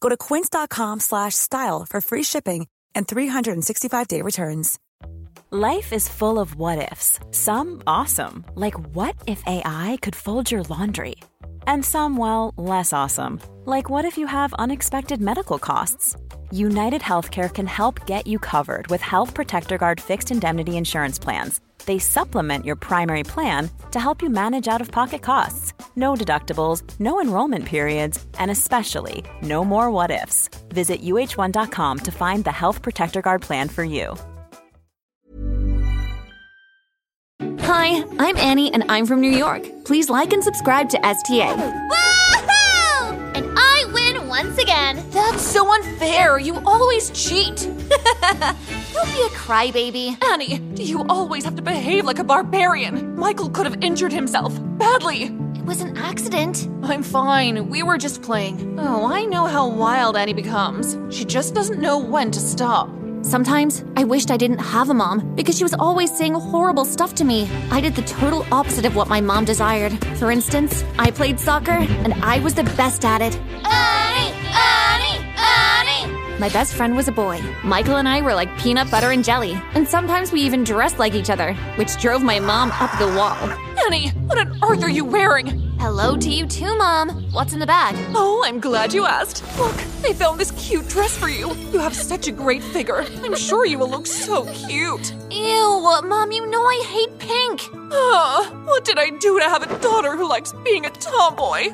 Go to quince.com slash style for free shipping and 365-day returns. Life is full of what-ifs. Some awesome, like what if AI could fold your laundry? And some, well, less awesome, like what if you have unexpected medical costs? United Healthcare can help get you covered with Health Protector Guard fixed indemnity insurance plans. They supplement your primary plan to help you manage out of pocket costs. No deductibles, no enrollment periods, and especially no more what ifs. Visit uh1.com to find the Health Protector Guard plan for you. Hi, I'm Annie and I'm from New York. Please like and subscribe to STA. Woohoo! And I win once again. That's so unfair. You always cheat. Don't be a crybaby. Annie, do you always have to behave like a barbarian? Michael could have injured himself badly. It was an accident. I'm fine. We were just playing. Oh, I know how wild Annie becomes. She just doesn't know when to stop. Sometimes I wished I didn't have a mom because she was always saying horrible stuff to me. I did the total opposite of what my mom desired. For instance, I played soccer and I was the best at it. Annie, Annie, Annie. My best friend was a boy. Michael and I were like peanut butter and jelly, and sometimes we even dressed like each other, which drove my mom up the wall. Annie, what on earth are you wearing? Hello to you too, Mom. What's in the bag? Oh, I'm glad you asked. Look, they found this cute dress for you. You have such a great figure. I'm sure you will look so cute. Ew, Mom, you know I hate pink. Ah, what did I do to have a daughter who likes being a tomboy?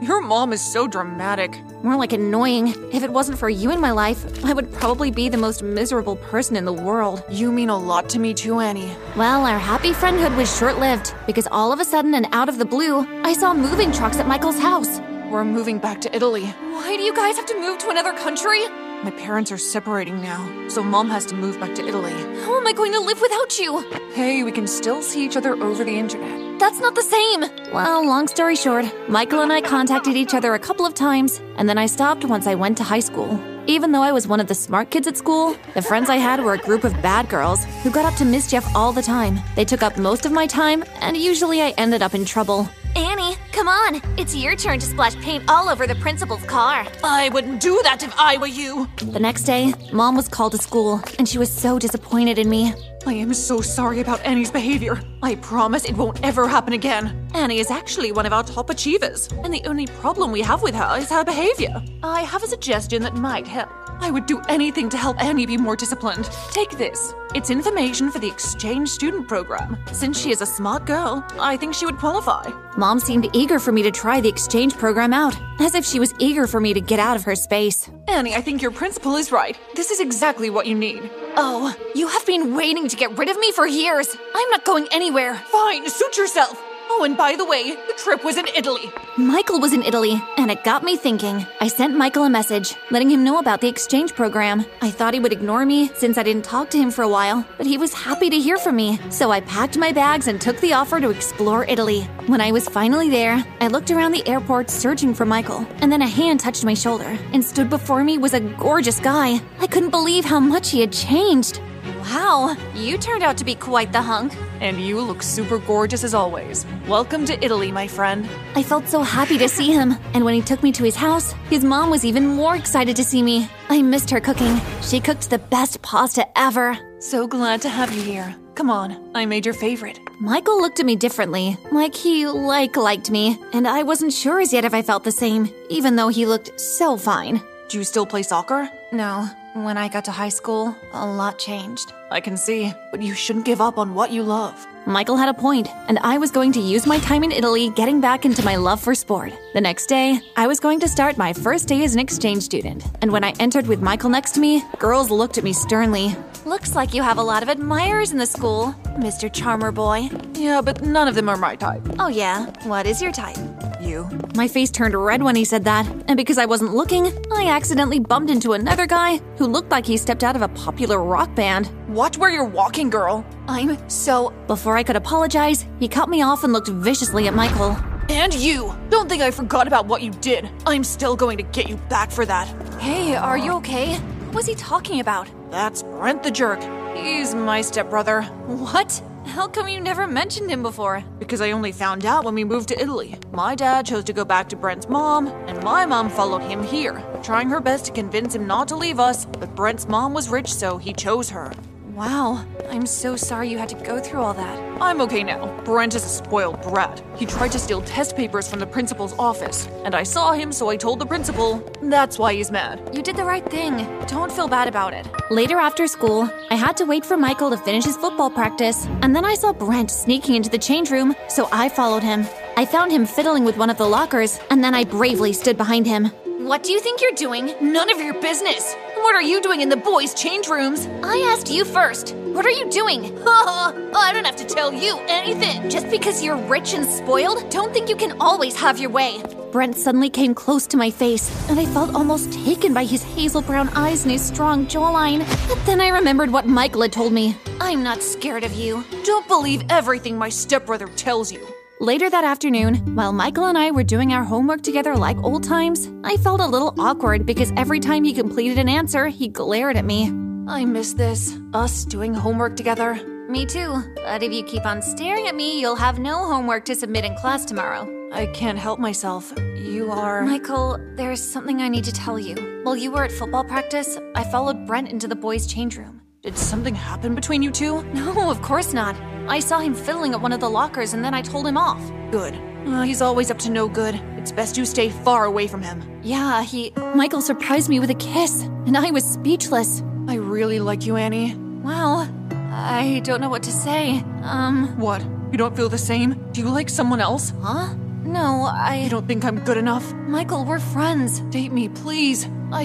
Your mom is so dramatic. More like annoying. If it wasn't for you in my life, I would probably be the most miserable person in the world. You mean a lot to me too, Annie. Well, our happy friendhood was short lived because all of a sudden and out of the blue, I saw moving trucks at Michael's house. We're moving back to Italy. Why do you guys have to move to another country? My parents are separating now, so mom has to move back to Italy. How am I going to live without you? Hey, we can still see each other over the internet. That's not the same. Well, long story short, Michael and I contacted each other a couple of times, and then I stopped once I went to high school. Even though I was one of the smart kids at school, the friends I had were a group of bad girls who got up to mischief all the time. They took up most of my time, and usually I ended up in trouble. Annie, come on. It's your turn to splash paint all over the principal's car. I wouldn't do that if I were you. The next day, mom was called to school, and she was so disappointed in me. I am so sorry about Annie's behavior. I promise it won't ever happen again. Annie is actually one of our top achievers, and the only problem we have with her is her behavior. I have a suggestion that might help. I would do anything to help Annie be more disciplined. Take this. It's information for the exchange student program. Since she is a smart girl, I think she would qualify. Mom seemed eager for me to try the exchange program out, as if she was eager for me to get out of her space. Annie, I think your principal is right. This is exactly what you need. Oh, you have been waiting to get rid of me for years. I'm not going anywhere. Fine, suit yourself. Oh, and by the way, the trip was in Italy. Michael was in Italy, and it got me thinking. I sent Michael a message, letting him know about the exchange program. I thought he would ignore me since I didn't talk to him for a while, but he was happy to hear from me. So I packed my bags and took the offer to explore Italy. When I was finally there, I looked around the airport searching for Michael, and then a hand touched my shoulder, and stood before me was a gorgeous guy. I couldn't believe how much he had changed. Wow, you turned out to be quite the hunk. And you look super gorgeous as always. Welcome to Italy, my friend. I felt so happy to see him, and when he took me to his house, his mom was even more excited to see me. I missed her cooking. She cooked the best pasta ever. So glad to have you here. Come on, I made your favorite. Michael looked at me differently, like he like liked me, and I wasn't sure as yet if I felt the same, even though he looked so fine. Do you still play soccer? No, When I got to high school, a lot changed. I can see, but you shouldn't give up on what you love. Michael had a point, and I was going to use my time in Italy getting back into my love for sport. The next day, I was going to start my first day as an exchange student, and when I entered with Michael next to me, girls looked at me sternly. Looks like you have a lot of admirers in the school, Mr. Charmer Boy. Yeah, but none of them are my type. Oh, yeah. What is your type? You. My face turned red when he said that, and because I wasn't looking, I accidentally bumped into another guy who looked like he stepped out of a popular rock band. Watch where you're walking, girl. I'm so. Before I could apologize, he cut me off and looked viciously at Michael. And you! Don't think I forgot about what you did. I'm still going to get you back for that. Hey, are you okay? What was he talking about? That's Brent the Jerk. He's my stepbrother. What? How come you never mentioned him before? Because I only found out when we moved to Italy. My dad chose to go back to Brent's mom, and my mom followed him here, trying her best to convince him not to leave us, but Brent's mom was rich, so he chose her. Wow, I'm so sorry you had to go through all that. I'm okay now. Brent is a spoiled brat. He tried to steal test papers from the principal's office, and I saw him, so I told the principal. That's why he's mad. You did the right thing. Mm. Don't feel bad about it. Later after school, I had to wait for Michael to finish his football practice, and then I saw Brent sneaking into the change room, so I followed him. I found him fiddling with one of the lockers, and then I bravely stood behind him. What do you think you're doing? None of your business. What are you doing in the boys' change rooms? I asked you first. What are you doing? I don't have to tell you anything. Just because you're rich and spoiled, don't think you can always have your way. Brent suddenly came close to my face, and I felt almost taken by his hazel brown eyes and his strong jawline. But then I remembered what Michael had told me. I'm not scared of you. Don't believe everything my stepbrother tells you. Later that afternoon, while Michael and I were doing our homework together like old times, I felt a little awkward because every time he completed an answer, he glared at me. I miss this. Us doing homework together. Me too. But if you keep on staring at me, you'll have no homework to submit in class tomorrow. I can't help myself. You are. Michael, there's something I need to tell you. While you were at football practice, I followed Brent into the boys' change room. Did something happen between you two? No, of course not. I saw him fiddling at one of the lockers and then I told him off. Good. Uh, he's always up to no good. It's best you stay far away from him. Yeah, he. Michael surprised me with a kiss, and I was speechless. I really like you, Annie. Well, I don't know what to say. Um, What? You don't feel the same? Do you like someone else? huh? No, You I. don't think I'm good enough? Michael, we're friends. Date me, please. I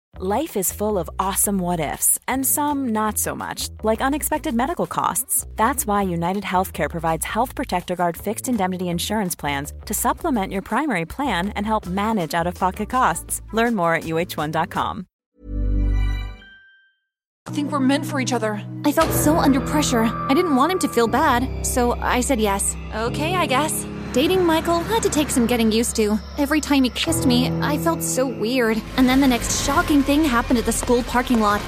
Life is full of awesome what ifs, and some not so much, like unexpected medical costs. That's why United Healthcare provides Health Protector Guard fixed indemnity insurance plans to supplement your primary plan and help manage out of pocket costs. Learn more at uh1.com. think we're meant for each other. I felt so under pressure. I didn't want him to feel bad, so I said yes. Okay, I guess. Dating Michael had to take some getting used to. Every time he kissed me, I felt so weird. And then the next shocking thing happened at the school parking lot.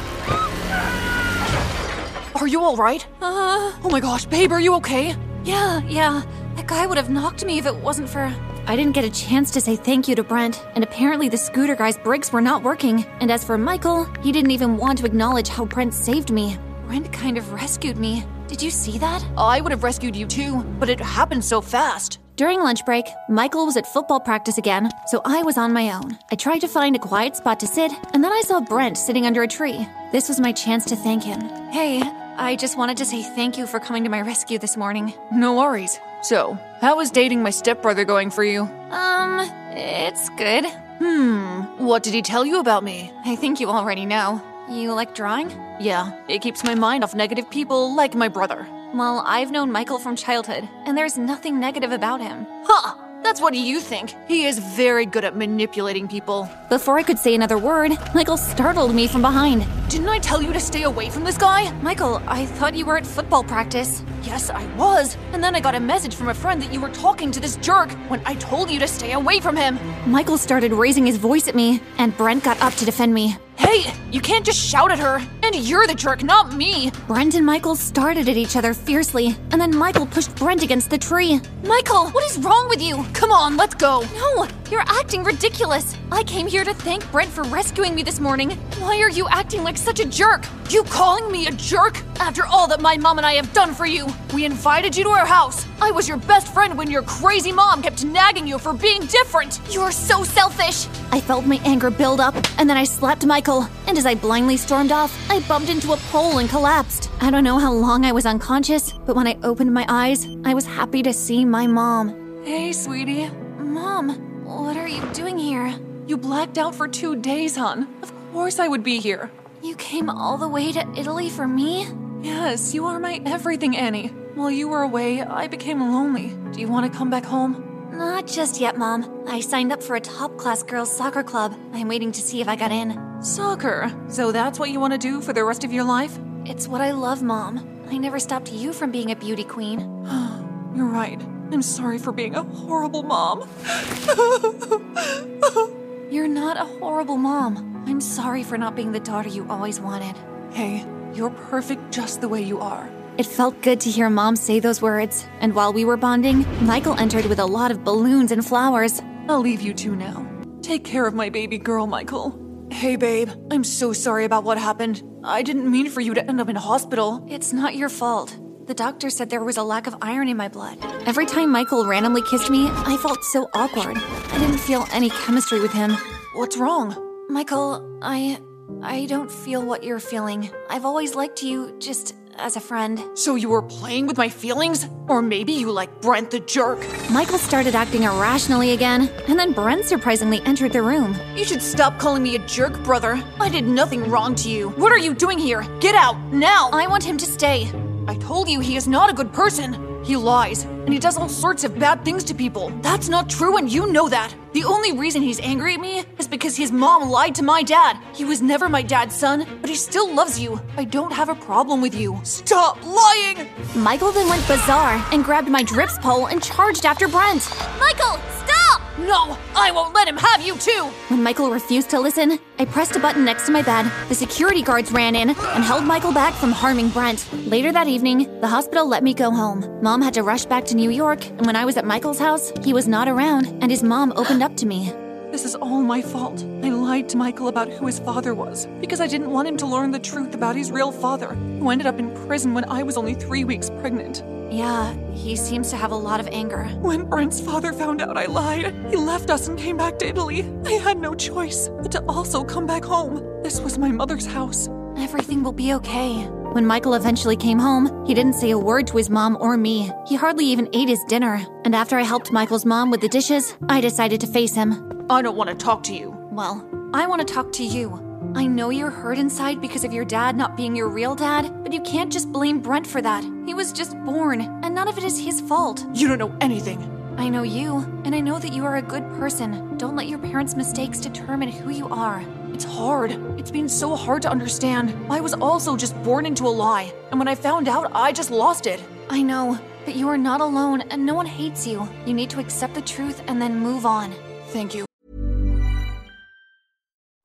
Are you alright? Uh, Oh my gosh, babe, are you okay? yeah, yeah. That guy would have knocked me if it wasn't for. I didn't get a chance to say thank you to Brent, and apparently the scooter guy's brakes were not working. And as for Michael, he didn't even want to acknowledge how Brent saved me. Brent kind of rescued me. Did you see that? I would have rescued you too, but it happened so fast. During lunch break, Michael was at football practice again, so I was on my own. I tried to find a quiet spot to sit, and then I saw Brent sitting under a tree. This was my chance to thank him. Hey, I just wanted to say thank you for coming to my rescue this morning. No worries. So, how is dating my stepbrother going for you? Um, it's good. Hmm. What did he tell you about me? I think you already know. You like drawing? Yeah, it keeps my mind off negative people like my brother. Well, I've known Michael from childhood, and there's nothing negative about him. Huh! That's what you think. He is very good at manipulating people. Before I could say another word, Michael startled me from behind. Didn't I tell you to stay away from this guy? Michael, I thought you were at football practice. Yes, I was. And then I got a message from a friend that you were talking to this jerk when I told you to stay away from him. Michael started raising his voice at me, and Brent got up to defend me. Hey, you can't just shout at her. And you're the jerk, not me. Brent and Michael started at each other fiercely, and then Michael pushed Brent against the tree. Michael, what is wrong with you? Come on, let's go. No, you're acting ridiculous. I came here to thank Brent for rescuing me this morning. Why are you acting like such a jerk? You calling me a jerk? After all that my mom and I have done for you, we invited you to our house. I was your best friend when your crazy mom kept nagging you for being different. You're so selfish. I felt my anger build up, and then I slapped Michael. And as I blindly stormed off, I bumped into a pole and collapsed. I don't know how long I was unconscious, but when I opened my eyes, I was happy to see my mom. Hey, sweetie. Mom, what are you doing here? You blacked out for two days, hon. Of course I would be here. You came all the way to Italy for me? Yes, you are my everything, Annie. While you were away, I became lonely. Do you want to come back home? Not just yet, Mom. I signed up for a top class girls soccer club. I'm waiting to see if I got in. Soccer. So that's what you want to do for the rest of your life? It's what I love, Mom. I never stopped you from being a beauty queen. You're right. I'm sorry for being a horrible mom. You're not a horrible mom. I'm sorry for not being the daughter you always wanted. Hey, you're perfect just the way you are. It felt good to hear Mom say those words, and while we were bonding, Michael entered with a lot of balloons and flowers. I'll leave you two now. Take care of my baby girl, Michael. Hey, babe. I'm so sorry about what happened. I didn't mean for you to end up in hospital. It's not your fault. The doctor said there was a lack of iron in my blood. Every time Michael randomly kissed me, I felt so awkward. I didn't feel any chemistry with him. What's wrong? Michael, I. I don't feel what you're feeling. I've always liked you just as a friend. So you were playing with my feelings? Or maybe you like Brent the jerk? Michael started acting irrationally again, and then Brent surprisingly entered the room. You should stop calling me a jerk, brother. I did nothing wrong to you. What are you doing here? Get out, now! I want him to stay. I told you he is not a good person. He lies, and he does all sorts of bad things to people. That's not true, and you know that. The only reason he's angry at me is because his mom lied to my dad. He was never my dad's son, but he still loves you. I don't have a problem with you. Stop lying! Michael then went bizarre and grabbed my drips pole and charged after Brent. Michael, stop! No, I won't let him have you too! When Michael refused to listen, I pressed a button next to my bed. The security guards ran in and held Michael back from harming Brent. Later that evening, the hospital let me go home. Mom had to rush back to New York, and when I was at Michael's house, he was not around, and his mom opened up to me. This is all my fault. I lied to Michael about who his father was because I didn't want him to learn the truth about his real father, who ended up in prison when I was only three weeks pregnant. Yeah, he seems to have a lot of anger. When Brent's father found out I lied, he left us and came back to Italy. I had no choice but to also come back home. This was my mother's house. Everything will be okay. When Michael eventually came home, he didn't say a word to his mom or me. He hardly even ate his dinner. And after I helped Michael's mom with the dishes, I decided to face him. I don't want to talk to you. Well, I want to talk to you. I know you're hurt inside because of your dad not being your real dad, but you can't just blame Brent for that. He was just born, and none of it is his fault. You don't know anything. I know you, and I know that you are a good person. Don't let your parents' mistakes determine who you are. It's hard. It's been so hard to understand. I was also just born into a lie, and when I found out, I just lost it. I know, but you are not alone, and no one hates you. You need to accept the truth and then move on. Thank you.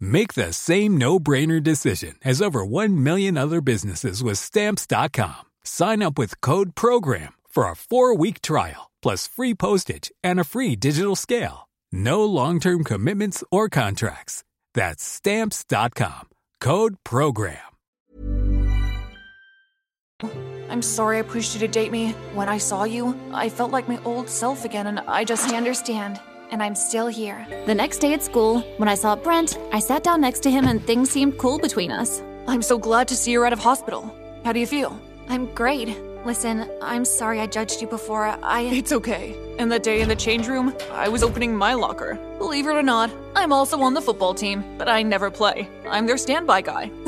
Make the same no brainer decision as over 1 million other businesses with Stamps.com. Sign up with Code Program for a four week trial, plus free postage and a free digital scale. No long term commitments or contracts. That's stamps.com. Code program. I'm sorry I pushed you to date me. When I saw you, I felt like my old self again, and I just. I understand, and I'm still here. The next day at school, when I saw Brent, I sat down next to him and things seemed cool between us. I'm so glad to see you're out of hospital. How do you feel? I'm great. Listen, I'm sorry I judged you before. I. It's okay. And that day in the change room, I was opening my locker. Believe it or not, I'm also on the football team, but I never play. I'm their standby guy.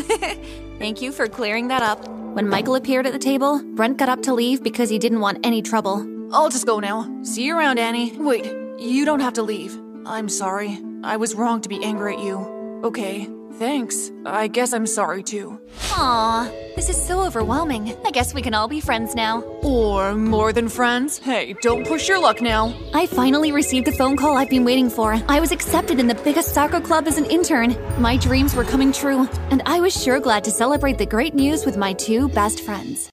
Thank you for clearing that up. When Michael appeared at the table, Brent got up to leave because he didn't want any trouble. I'll just go now. See you around, Annie. Wait, you don't have to leave. I'm sorry. I was wrong to be angry at you. Okay, thanks. I guess I'm sorry too. Aw, this is so overwhelming. I guess we can all be friends now. Or more than friends. Hey, don't push your luck now. I finally received the phone call I've been waiting for. I was accepted in the biggest soccer club as an intern. My dreams were coming true, and I was sure glad to celebrate the great news with my two best friends.